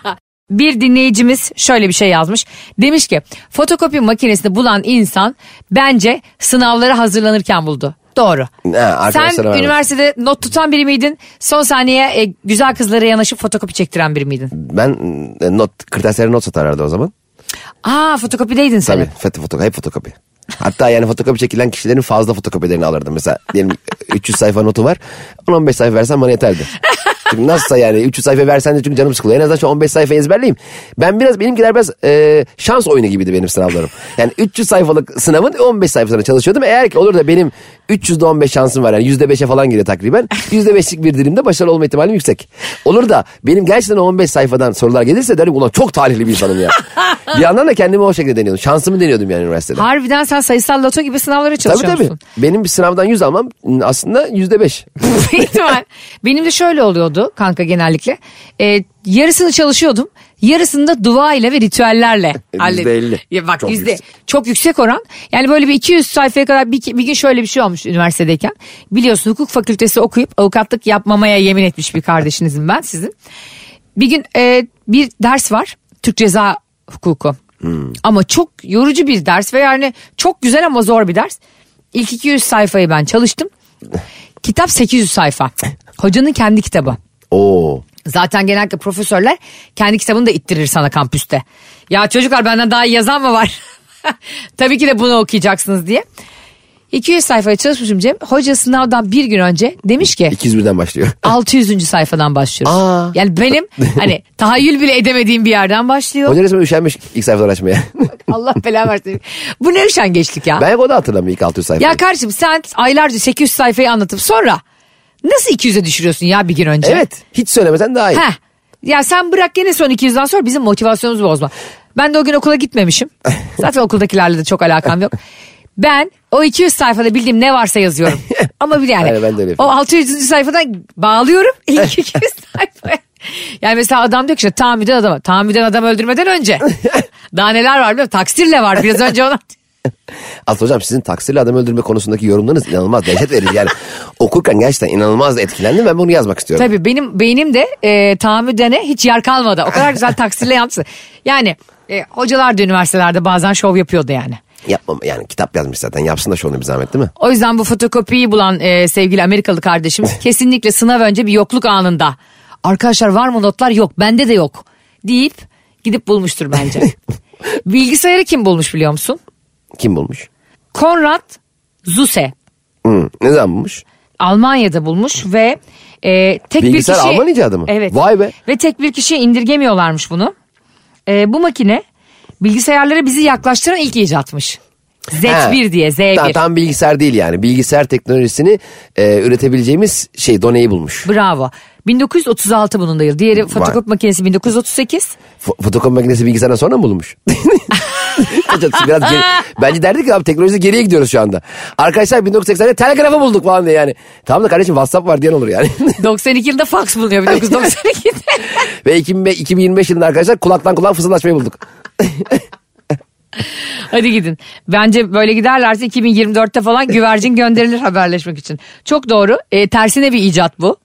B: bir dinleyicimiz şöyle bir şey yazmış. Demiş ki fotokopi makinesini bulan insan bence sınavlara hazırlanırken buldu. Doğru.
C: Ha, arkadaşlara
B: Sen
C: vermiş.
B: üniversitede not tutan biri miydin? Son saniye e, güzel kızlara yanaşıp fotokopi çektiren biri miydin?
C: Ben e, not, kırtasiyere not satarlardı o zaman.
B: Aa fotokopideydin sen.
C: Tabii. Fet fotokopi, hep fotokopi. Hatta yani fotokopi çekilen kişilerin fazla fotokopilerini alırdım. Mesela diyelim <laughs> 300 sayfa notu var. 10-15 sayfa versen bana yeterdi. Çünkü nasılsa yani 300 sayfa versen de çünkü canım sıkılıyor. En azından şu 15 sayfa ezberleyeyim. Ben biraz benimkiler biraz e, şans oyunu gibiydi benim sınavlarım. Yani 300 sayfalık sınavın 15 sayfasına çalışıyordum. Eğer ki olur da benim 300'de 15 şansım var. Yani %5'e falan giriyor takriben. %5'lik bir dilimde başarılı olma ihtimalim yüksek. Olur da benim gerçekten o 15 sayfadan sorular gelirse derim ulan çok talihli bir insanım ya. bir yandan da kendimi o şekilde deniyordum. Şansımı deniyordum yani üniversitede.
B: Harbiden sen sayısal loto gibi sınavlara
C: Tabii
B: çalışıyorsun. <laughs>
C: tabii. Benim bir sınavdan 100 almam aslında %5.
B: tabii. İhtimal. Benim de şöyle oluyordu kanka genellikle. Ee, yarısını çalışıyordum. Yarısını da dua ile ve ritüellerle
C: E,
B: hallettim.
C: %50.
B: Ya bak
C: Çok
B: çok yüzde
C: yüksek.
B: çok yüksek oran. Yani böyle bir 200 sayfaya kadar bir, bir gün şöyle bir şey olmuş üniversitedeyken. Biliyorsun hukuk fakültesi okuyup avukatlık yapmamaya yemin etmiş bir kardeşinizim ben sizin. Bir gün e, bir ders var. Türk Ceza Hukuku.
C: Hmm.
B: Ama çok yorucu bir ders ve yani çok güzel ama zor bir ders. İlk 200 sayfayı ben
C: <laughs>
B: çalıştım. Kitap 800 sayfa. Hocanın kendi kitabı.
C: Oo.
B: Zaten genellikle profesörler kendi kitabını da ittirir sana kampüste. Ya çocuklar benden daha iyi yazan mı var? <laughs> Tabii ki de bunu okuyacaksınız diye. 200 sayfaya çalışmışım Cem. Hoca sınavdan bir gün önce demiş ki
C: 201'den başlıyor.
B: 600. sayfadan başlıyoruz.
C: Aa.
B: Yani benim hani tahayyül bile edemediğim bir yerden başlıyor.
C: Hoca resmen üşenmiş ilk sayfadan açmaya.
B: <laughs> Allah belanı versin. Bu ne üşen geçlik ya.
C: ben hep o da hatırlamıyorum ilk 600 sayfayı.
B: Ya kardeşim sen aylarca 800 sayfayı anlatıp sonra nasıl 200'e düşürüyorsun ya bir gün önce?
C: evet. Hiç söylemesen daha iyi.
B: Heh. Ya sen bırak gene son 200'den sonra bizim motivasyonumuzu bozma. Ben de o gün okula
C: <laughs>
B: gitmemişim. Zaten okuldakilerle de çok alakam yok. Ben o 200 sayfada bildiğim ne varsa
C: <laughs>
B: yazıyorum. Ama bir yani
C: Aynen, ben de öyle
B: o
C: yapıyorum.
B: 600. sayfadan
C: <laughs>
B: bağlıyorum ilk
C: <laughs>
B: 200 sayfaya. Yani mesela adam diyor ki işte tahammüden adama. Tahammüden adam öldürmeden önce. Daha neler var biliyor musun? Taksirle var biraz önce ona.
C: Aslı hocam sizin taksirle adam öldürme konusundaki yorumlarınız inanılmaz dehşet verici. Yani okurken gerçekten inanılmaz etkilendim ben bunu yazmak istiyorum.
B: Tabii benim beynim de e, tahammüdene hiç yer kalmadı. O kadar
C: <laughs>
B: güzel taksirle yaptı. Yani e, hocalar da üniversitelerde bazen şov yapıyordu yani.
C: Yapmam yani kitap yazmış zaten yapsın da şunu bir zahmet değil mi?
B: O yüzden bu fotokopiyi bulan e, sevgili Amerikalı
C: <laughs>
B: kardeşimiz kesinlikle sınav önce bir yokluk anında. Arkadaşlar var mı notlar yok bende de yok deyip gidip bulmuştur
C: <laughs>
B: bence. Bilgisayarı kim bulmuş biliyor musun?
C: Kim bulmuş?
B: Konrad Zuse.
C: Hı, ne zaman bulmuş?
B: Almanya'da bulmuş ve e, tek
C: Bilgisayar
B: bir kişi...
C: Alman icadı mı?
B: Evet.
C: Vay be.
B: Ve tek bir kişiye indirgemiyorlarmış bunu. E, bu makine bilgisayarlara bizi yaklaştıran ilk icatmış. Z1
C: Ha.
B: diye Z1.
C: Tam, tam bilgisayar değil yani. Bilgisayar teknolojisini e, üretebileceğimiz şey doneyi bulmuş.
B: Bravo. 1936 bunun da yıl. Diğeri fotokopi makinesi 1938.
C: F- fotokopi makinesi bilgisayardan sonra mı bulunmuş? <laughs> Hocam siz Biraz geri- bence derdik ki abi teknolojide geriye gidiyoruz şu anda. Arkadaşlar 1980'de telegrafı bulduk falan diye yani. Tamam da kardeşim WhatsApp var diyen olur yani. <laughs>
B: 92 yılında fax bulunuyor 1992'de.
C: Ve 2000 2025 yılında arkadaşlar kulaktan kulağa fısıldaşmayı bulduk.
B: Hadi gidin. Bence böyle giderlerse 2024'te falan güvercin gönderilir haberleşmek için. Çok doğru. E, tersine bir icat bu.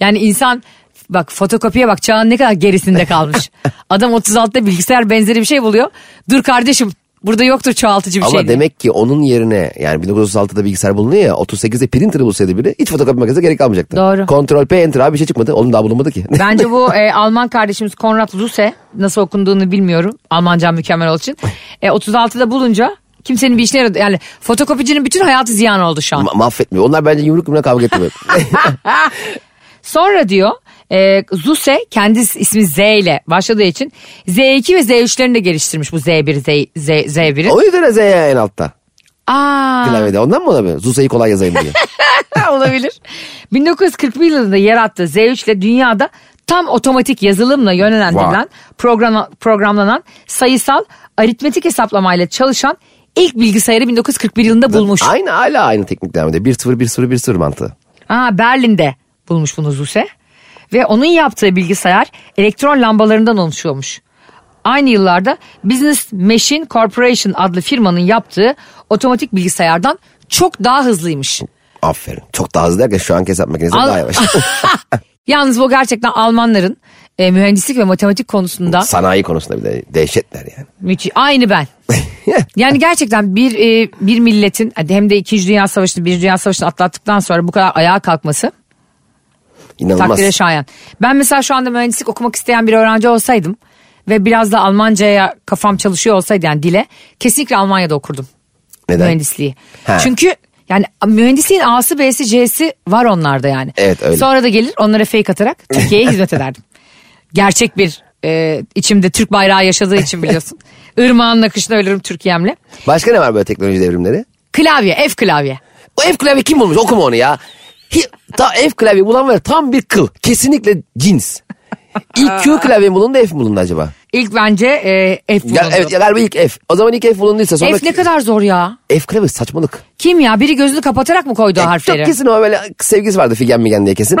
B: Yani insan bak fotokopiye bak çağın ne kadar gerisinde kalmış. Adam 36'da bilgisayar benzeri bir şey buluyor. Dur kardeşim burada yoktur çoğaltıcı bir
C: Ama
B: şey. diye.
C: demek ki onun yerine yani 1936'da bilgisayar bulunuyor ya 38'de printer bulsaydı bile hiç fotokopi makinesi gerek kalmayacaktı.
B: Doğru.
C: Ctrl P Enter abi bir şey çıkmadı. Onun daha bulunmadı ki.
B: Bence bu e, Alman kardeşimiz Konrad Zuse nasıl okunduğunu bilmiyorum. Almancam mükemmel olduğu için. E, 36'da bulunca kimsenin bir işine yaradı. Yani fotokopicinin bütün hayatı ziyan oldu şu an.
C: <laughs> Ma- mahvetmiyor. Onlar bence yumruk yumruğa
B: <laughs>
C: kavga etmiyor.
B: Sonra diyor e, Zuse kendi ismi Z ile başladığı için Z2 ve Z3'lerini de geliştirmiş bu Z1 Z, Z, Z1'i.
C: o yüzden Z ya en altta.
B: Aa,
C: Klavyede. Ondan mı olabilir? Zusa'yı kolay yazayım
B: <laughs>
C: diye.
B: olabilir. 1941 yılında yarattığı Z3 ile dünyada tam otomatik yazılımla yönlendirilen
C: Vay.
B: programa- programlanan sayısal aritmetik hesaplamayla çalışan ilk bilgisayarı 1941 yılında bulmuş.
C: aynı hala aynı teknik devam ediyor. 1-0 1-0 1-0 mantığı.
B: Aa, Berlin'de bulmuş bunu Zuse. Ve onun yaptığı bilgisayar elektron lambalarından oluşuyormuş. Aynı yıllarda Business Machine Corporation adlı firmanın yaptığı otomatik bilgisayardan çok daha hızlıymış.
C: Aferin. Çok daha hızlı derken şu anki hesap makinesi
B: Al- <laughs>
C: daha yavaş. <laughs>
B: Yalnız bu gerçekten Almanların e, mühendislik ve matematik konusunda
C: Sanayi konusunda bir de dehşetler yani.
B: müthiş. Aynı ben. Yani gerçekten bir e, bir milletin hem de 2. Dünya Savaşı'nı 1. Dünya Savaşı'nı atlattıktan sonra bu kadar ayağa kalkması
C: İnanılmaz.
B: Takdire şayan. Ben mesela şu anda mühendislik okumak isteyen bir öğrenci olsaydım ve biraz da Almanca'ya kafam çalışıyor olsaydı yani dile kesinlikle Almanya'da okurdum
C: Neden?
B: mühendisliği.
C: Ha.
B: Çünkü yani mühendisliğin A'sı B'si C'si var onlarda yani.
C: Evet, öyle.
B: Sonra da gelir onlara fake atarak
C: <laughs>
B: Türkiye'ye hizmet ederdim. Gerçek bir e, içimde Türk bayrağı yaşadığı için
C: <laughs>
B: biliyorsun. Irmağın akışına ölürüm Türkiye'mle.
C: Başka ne var böyle teknoloji devrimleri?
B: Klavye F klavye.
C: O F klavye kim bulmuş okuma onu ya. Hi- Ta F klavye bulan var ya, tam bir kıl. Kesinlikle cins. İlk Q klavye mi bulundu F mi bulundu acaba?
B: İlk bence e, F bulundu.
C: Ya, evet ya galiba ilk F. O zaman ilk F bulunduysa sonra...
B: F ne kadar zor ya.
C: F klavye saçmalık.
B: Kim ya biri gözünü kapatarak mı koydu o harfleri?
C: Çok kesin o böyle sevgisi vardı Figen Migen
B: <laughs>
C: diye kesin.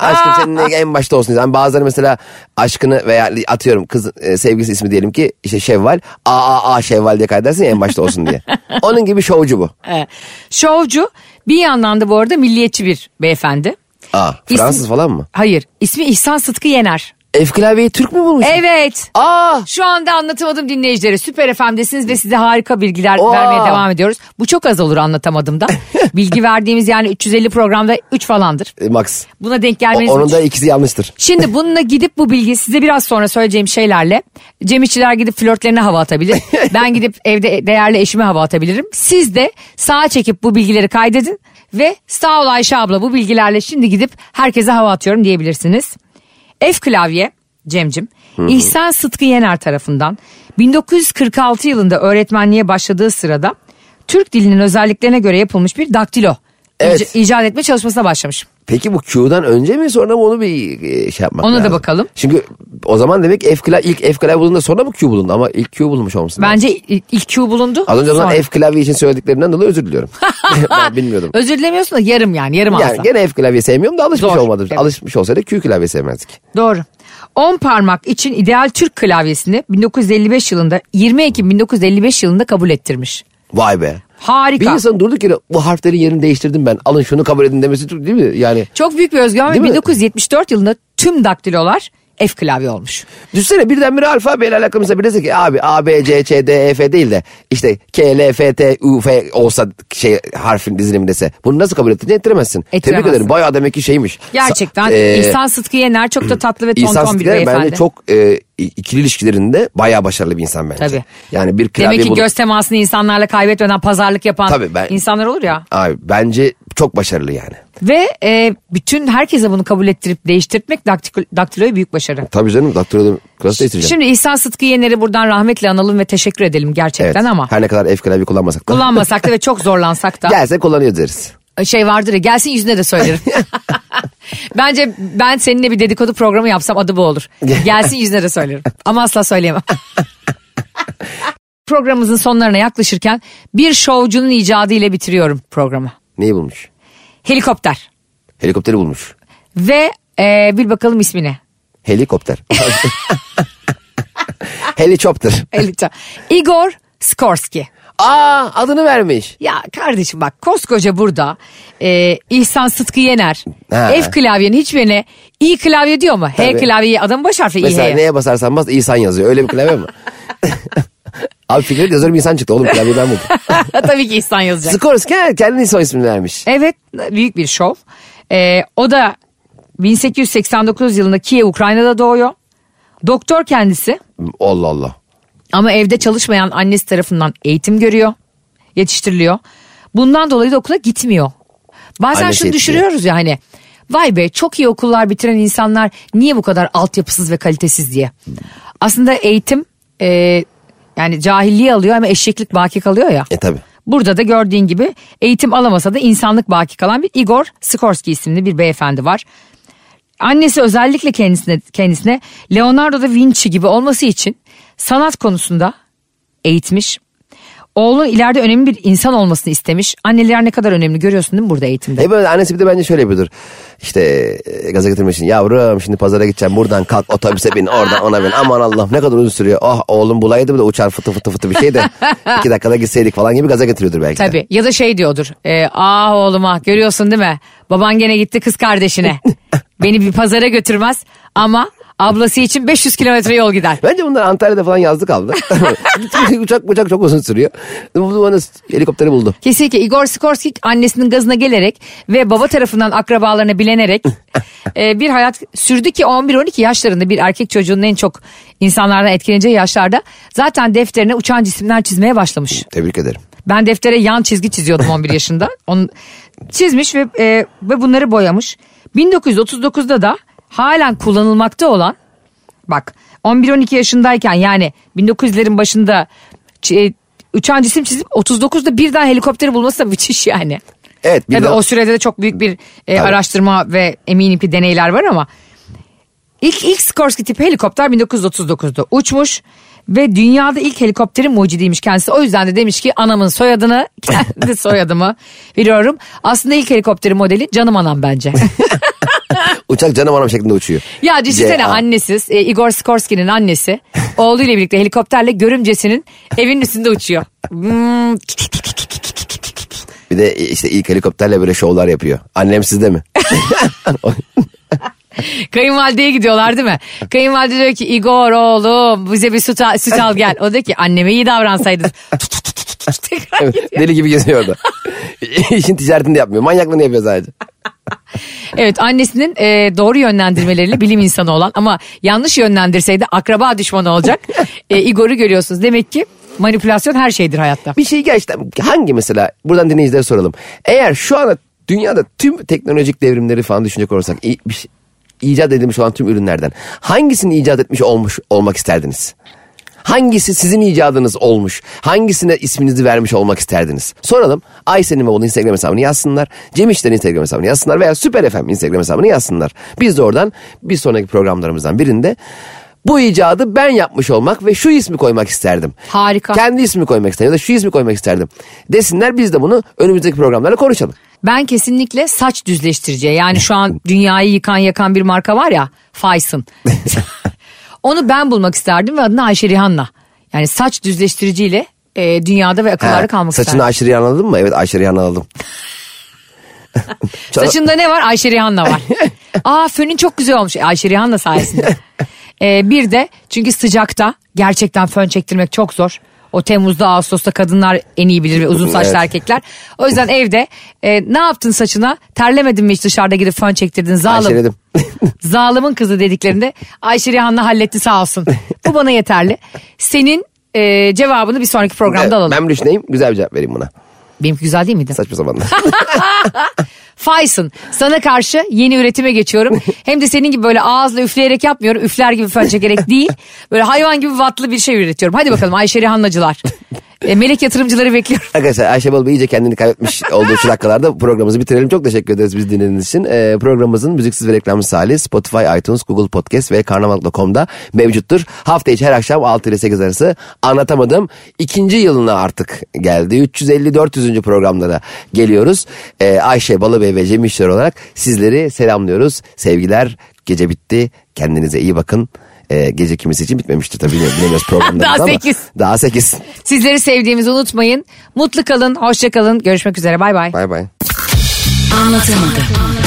C: Aşkım senin en başta olsun. Yani bazıları mesela aşkını veya atıyorum kız e, sevgilisi ismi diyelim ki işte Şevval. AAA Şevval diye kaydedersin ya en başta
B: <laughs>
C: olsun diye. Onun gibi şovcu bu.
B: Evet. Şovcu bir yandan da bu arada milliyetçi bir beyefendi.
C: Aa, Fransız
B: İsmi-
C: falan mı?
B: Hayır ismi İhsan Sıtkı Yener.
C: F klavyeyi Türk mü bulmuş?
B: E- Evet.
C: Aa!
B: Şu anda anlatamadım dinleyicilere. Süper FM'desiniz ve size harika bilgiler
C: Oo.
B: vermeye devam ediyoruz. Bu çok az olur anlatamadım
C: <laughs>
B: da. Bilgi verdiğimiz yani 350 programda 3 falandır.
C: E, Max.
B: Buna denk
C: O-
B: gelmeniz
C: onun
B: için-
C: da ikisi yanlıştır.
B: Şimdi bununla gidip bu bilgiyi size biraz sonra söyleyeceğim şeylerle Cem İşçiler gidip flörtlerine hava
C: <laughs>
B: atabilir. Ben gidip evde değerli eşime hava atabilirim. Siz de sağa çekip bu bilgileri kaydedin ve sağ ol Ayşe abla bu bilgilerle şimdi gidip herkese hava atıyorum diyebilirsiniz. F klavye Cemcim İhsan Sıtkı Yener tarafından 1946 yılında öğretmenliğe başladığı sırada Türk dilinin özelliklerine göre yapılmış bir daktilo
C: Evet.
B: ic- icat etme çalışmasına başlamış.
C: Peki bu Q'dan önce mi sonra mı onu bir e, şey yapmak
B: Ona da
C: lazım.
B: bakalım.
C: Çünkü o zaman demek F klavye ilk F klavye bulundu sonra mı Q bulundu ama ilk Q bulunmuş olması lazım.
B: Bence il- ilk Q bulundu.
C: Az önce o zaman
B: sonra.
C: F klavye için söylediklerinden dolayı
B: <laughs>
C: özür diliyorum. <laughs> ben bilmiyordum.
B: Özür dilemiyorsun da yarım yani yarım
C: Yani
B: ağızdan.
C: gene F klavye sevmiyorum da alışmış
B: Zor.
C: olmadım.
B: Evet.
C: Alışmış olsaydı Q klavye sevmezdik.
B: Doğru. 10 parmak için ideal Türk klavyesini 1955 yılında 20 Ekim 1955 yılında kabul ettirmiş.
C: Vay be.
B: Harika.
C: Bir insan durduk yere bu harflerin yerini değiştirdim ben. Alın şunu kabul edin demesi çok- değil mi? Yani
B: Çok büyük bir özgüven ve
C: Değil mi?
B: 1974 yılında tüm daktilolar F klavye olmuş.
C: düşsene birdenbire alfabeyle alakamızda bir dese ki abi A, B, C, Ç, D, E, F değil de işte K, L, F, T, U, F olsa şey harfin dizilimi dese. Bunu nasıl kabul ettiğini ettiremezsin.
B: Ettiremezsin.
C: Tebrik ederim. Bayağı demek ki şeymiş.
B: Gerçekten
C: Sa- e,
B: İhsan Sıtkı Yener çok da tatlı ve
C: İhsan
B: tonton bir
C: Sıtkı'ya
B: beyefendi.
C: bence çok e, ikili ilişkilerinde bayağı başarılı bir insan bence.
B: Tabii.
C: Yani bir klavye
B: Demek ki
C: bulup-
B: göz temasını insanlarla kaybetmeden pazarlık yapan
C: Tabii ben-
B: insanlar olur ya.
C: Abi bence çok başarılı yani.
B: Ve e, bütün herkese bunu kabul ettirip değiştirtmek daktik- daktiloya büyük başarı.
C: Tabii canım daktiloda klasik değiştireceğim.
B: Şimdi İhsan Sıtkı Yener'i buradan rahmetle analım ve teşekkür edelim gerçekten
C: Evet.
B: ama.
C: Her ne kadar F klavye kullanmasak da.
B: Kullanmasak da ve çok
C: <laughs>
B: zorlansak da.
C: Gelse kullanıyoruz deriz.
B: Şey vardır ya gelsin yüzüne de
C: <laughs>
B: söylerim. Bence ben seninle bir dedikodu programı yapsam adı bu olur. Gelsin yüzüne de
C: <laughs>
B: söylerim. Ama asla söyleyemem. Programımızın sonlarına yaklaşırken bir şovcunun icadı ile bitiriyorum programı.
C: Neyi bulmuş?
B: Helikopter.
C: Helikopteri bulmuş.
B: Ve e, bil bakalım
C: <laughs>
B: ismini.
C: Helikopter. Helikopter.
B: Elita. Igor Skorsky.
C: Aa adını vermiş.
B: Ya kardeşim bak koskoca burada e, İhsan Sıtkı Yener
C: Ha.
B: F klavyenin hiçbirine İ klavye diyor mu? H
C: Tabii.
B: klavyeyi adam baş harfi İ
C: Mesela
B: H.
C: neye basarsan bas İhsan yazıyor. Öyle bir klavye mi? Abi Fikret yazarım insan çıktı. Oğlum klavyeyi ben buldum.
B: <laughs> Tabii ki İhsan yazacak.
C: Skorsky kendini soy ismini vermiş.
B: Evet büyük bir şov. E, o da 1889 yılında Kiev Ukrayna'da doğuyor. Doktor kendisi
C: Allah Allah.
B: ama evde çalışmayan annesi tarafından eğitim görüyor. Yetiştiriliyor. Bundan dolayı da okula gitmiyor. Bazen
C: Annesi
B: şunu
C: yetiştiriyor.
B: düşürüyoruz ya hani. Vay be çok iyi okullar bitiren insanlar niye bu kadar altyapısız ve kalitesiz diye.
C: Hmm.
B: Aslında eğitim e, yani cahilliği alıyor ama eşeklik baki kalıyor ya.
C: E tabi.
B: Burada da gördüğün gibi eğitim alamasa da insanlık baki kalan bir Igor Skorsky isimli bir beyefendi var. Annesi özellikle kendisine, kendisine Leonardo da Vinci gibi olması için sanat konusunda eğitmiş. Oğlun ileride önemli bir insan olmasını istemiş. Anneler ne kadar önemli görüyorsun değil mi burada eğitimde?
C: E böyle annesi bir de bence şöyle yapıyordur. İşte e, gaza getirmek için yavrum şimdi pazara gideceğim buradan kalk otobüse bin oradan ona bin aman Allah'ım ne kadar uzun sürüyor. Oh oğlum bulaydı bir de uçar fıtı fıtı fıtı bir şey de iki dakikada gitseydik falan gibi gaza getiriyordur belki de.
B: Tabii ya da şey diyordur. E, ah oğluma görüyorsun değil mi? Baban gene gitti kız kardeşine. Beni bir pazara götürmez ama ablası için 500 kilometre yol gider.
C: Bence bunlar Antalya'da falan
B: <laughs>
C: yazlık aldı. uçak uçak çok uzun sürüyor. Bu bana helikopteri buldu.
B: Kesinlikle Igor Skorsky annesinin gazına gelerek ve baba tarafından akrabalarına bilenerek e, bir hayat sürdü ki 11-12 yaşlarında bir erkek çocuğunun en çok insanlardan etkileneceği yaşlarda zaten defterine uçan cisimler çizmeye başlamış.
C: Tebrik ederim.
B: Ben deftere yan çizgi
C: <laughs>
B: çiziyordum 11 yaşında. Onu çizmiş ve e, ve bunları boyamış. 1939'da da halen kullanılmakta olan bak 11-12 yaşındayken yani 1900'lerin başında ç- e, uçan cisim çizip 39'da bir daha helikopteri bulması da müthiş yani.
C: Evet bir
B: Tabii
C: daha-
B: o sürede de çok büyük bir e, araştırma ve eminim ki deneyler var ama ilk ilk Skorsky tipi helikopter 1939'da uçmuş ve dünyada ilk helikopterin mucidiymiş kendisi. O yüzden de demiş ki anamın soyadını <laughs> kendi soyadımı veriyorum. Aslında ilk helikopterin modeli canım anam bence.
C: uçak canım anam şeklinde uçuyor.
B: ya düşünsene
C: C.A..
B: annesiz e, Igor Skorsky'nin annesi oğluyla birlikte helikopterle görümcesinin evinin üstünde uçuyor. <laughs> Hmm,
C: Bir de işte ilk helikopterle böyle şovlar yapıyor. Annem
B: <laughs>
C: sizde mi?
B: Kayınvalideye gidiyorlar değil mi? Kayınvalide diyor ki Igor oğlum bize bir süt al, süt al gel. O diyor ki anneme iyi davransaydın. Tekrar gidiyor.
C: <laughs> Deli gibi geziyor orada. İşin ticaretini de yapmıyor. Manyaklığını yapıyor sadece.
B: evet annesinin e, doğru yönlendirmeleriyle bilim insanı olan ama yanlış yönlendirseydi akraba düşmanı olacak. E, Igor'u görüyorsunuz. Demek ki manipülasyon her şeydir hayatta.
C: Bir şey gerçekten hangi mesela buradan dinleyicilere soralım. Eğer şu ana dünyada tüm teknolojik devrimleri falan düşünecek olursak i- bir şey, icat edilmiş olan tüm ürünlerden hangisini icat etmiş olmuş olmak isterdiniz? Hangisi sizin icadınız olmuş? Hangisine isminizi vermiş olmak isterdiniz? Soralım. Aysen'in ve onun Instagram hesabını yazsınlar. Cem İşler'in Instagram hesabını yazsınlar. Veya Süper FM Instagram hesabını yazsınlar. Biz de oradan bir sonraki programlarımızdan birinde bu icadı ben yapmış olmak ve şu ismi koymak isterdim.
B: Harika.
C: Kendi ismi koymak isterdim ya da şu ismi koymak isterdim. Desinler biz de bunu önümüzdeki programlarla konuşalım.
B: Ben kesinlikle saç düzleştiriciye yani şu an dünyayı yıkan yakan bir marka var ya Faysın. Onu ben bulmak isterdim ve adını Ayşe Rihanna. Yani saç düzleştiriciyle e, dünyada ve akıllarda
C: Ha,
B: kalmak
C: Saçını
B: isterdim.
C: aşırı anladın mı? Evet aşırı anladım. <laughs>
B: Saçında ne var? Ayşe Rihanna var. Aa fönün çok güzel olmuş. E, Ayşe Rihanna sayesinde. E, bir de çünkü sıcakta gerçekten fön çektirmek çok zor. O Temmuz'da Ağustos'ta kadınlar en iyi bilir ve uzun saçlı
C: Evet.
B: erkekler. O yüzden evde e, ne yaptın saçına? Terlemedin mi hiç dışarıda gidip fön çektirdin? Zalim.
C: Aşiredim.
B: Zalim'in kızı dediklerinde Ayşe Rihanna halletti sağ olsun. Bu bana yeterli. Senin e, cevabını bir sonraki
C: <laughs>
B: programda alalım.
C: ben bir düşüneyim güzel bir cevap vereyim buna.
B: Benimki güzel değil miydi?
C: Saçma sapan.
B: Faysın sana karşı yeni üretime geçiyorum. Hem de senin gibi böyle ağızla üfleyerek yapmıyorum. Üfler gibi fön çekerek değil. Böyle hayvan gibi vatlı bir şey üretiyorum. Hadi bakalım Ayşe Rihanna'cılar. E, melek yatırımcıları bekliyorum.
C: <laughs> Arkadaşlar Ayşe Balı Bey iyice kendini kaybetmiş olduğu şu dakikalarda programımızı bitirelim. Çok teşekkür ederiz biz dinlediğiniz için. Ee, programımızın müziksiz ve reklamsız hali Spotify, iTunes, Google Podcast ve karnaval.com'da mevcuttur. Hafta içi her akşam 6 ile 8 arası anlatamadım. ikinci yılına artık geldi. 350-400. programlara geliyoruz. Ee, Ayşe Balı Bey ve Cem İşler olarak sizleri selamlıyoruz. Sevgiler gece bitti. Kendinize iyi bakın. Ee, gece kimisi için bitmemiştir
B: <laughs>
C: tabii bilemiyoruz programlarımız
B: Daha
C: ama.
B: sekiz.
C: Daha 8.
B: Sizleri sevdiğimizi unutmayın. Mutlu kalın, hoşça kalın. Görüşmek üzere. Bay bay.
C: Bay bay.
D: Anlatamadım.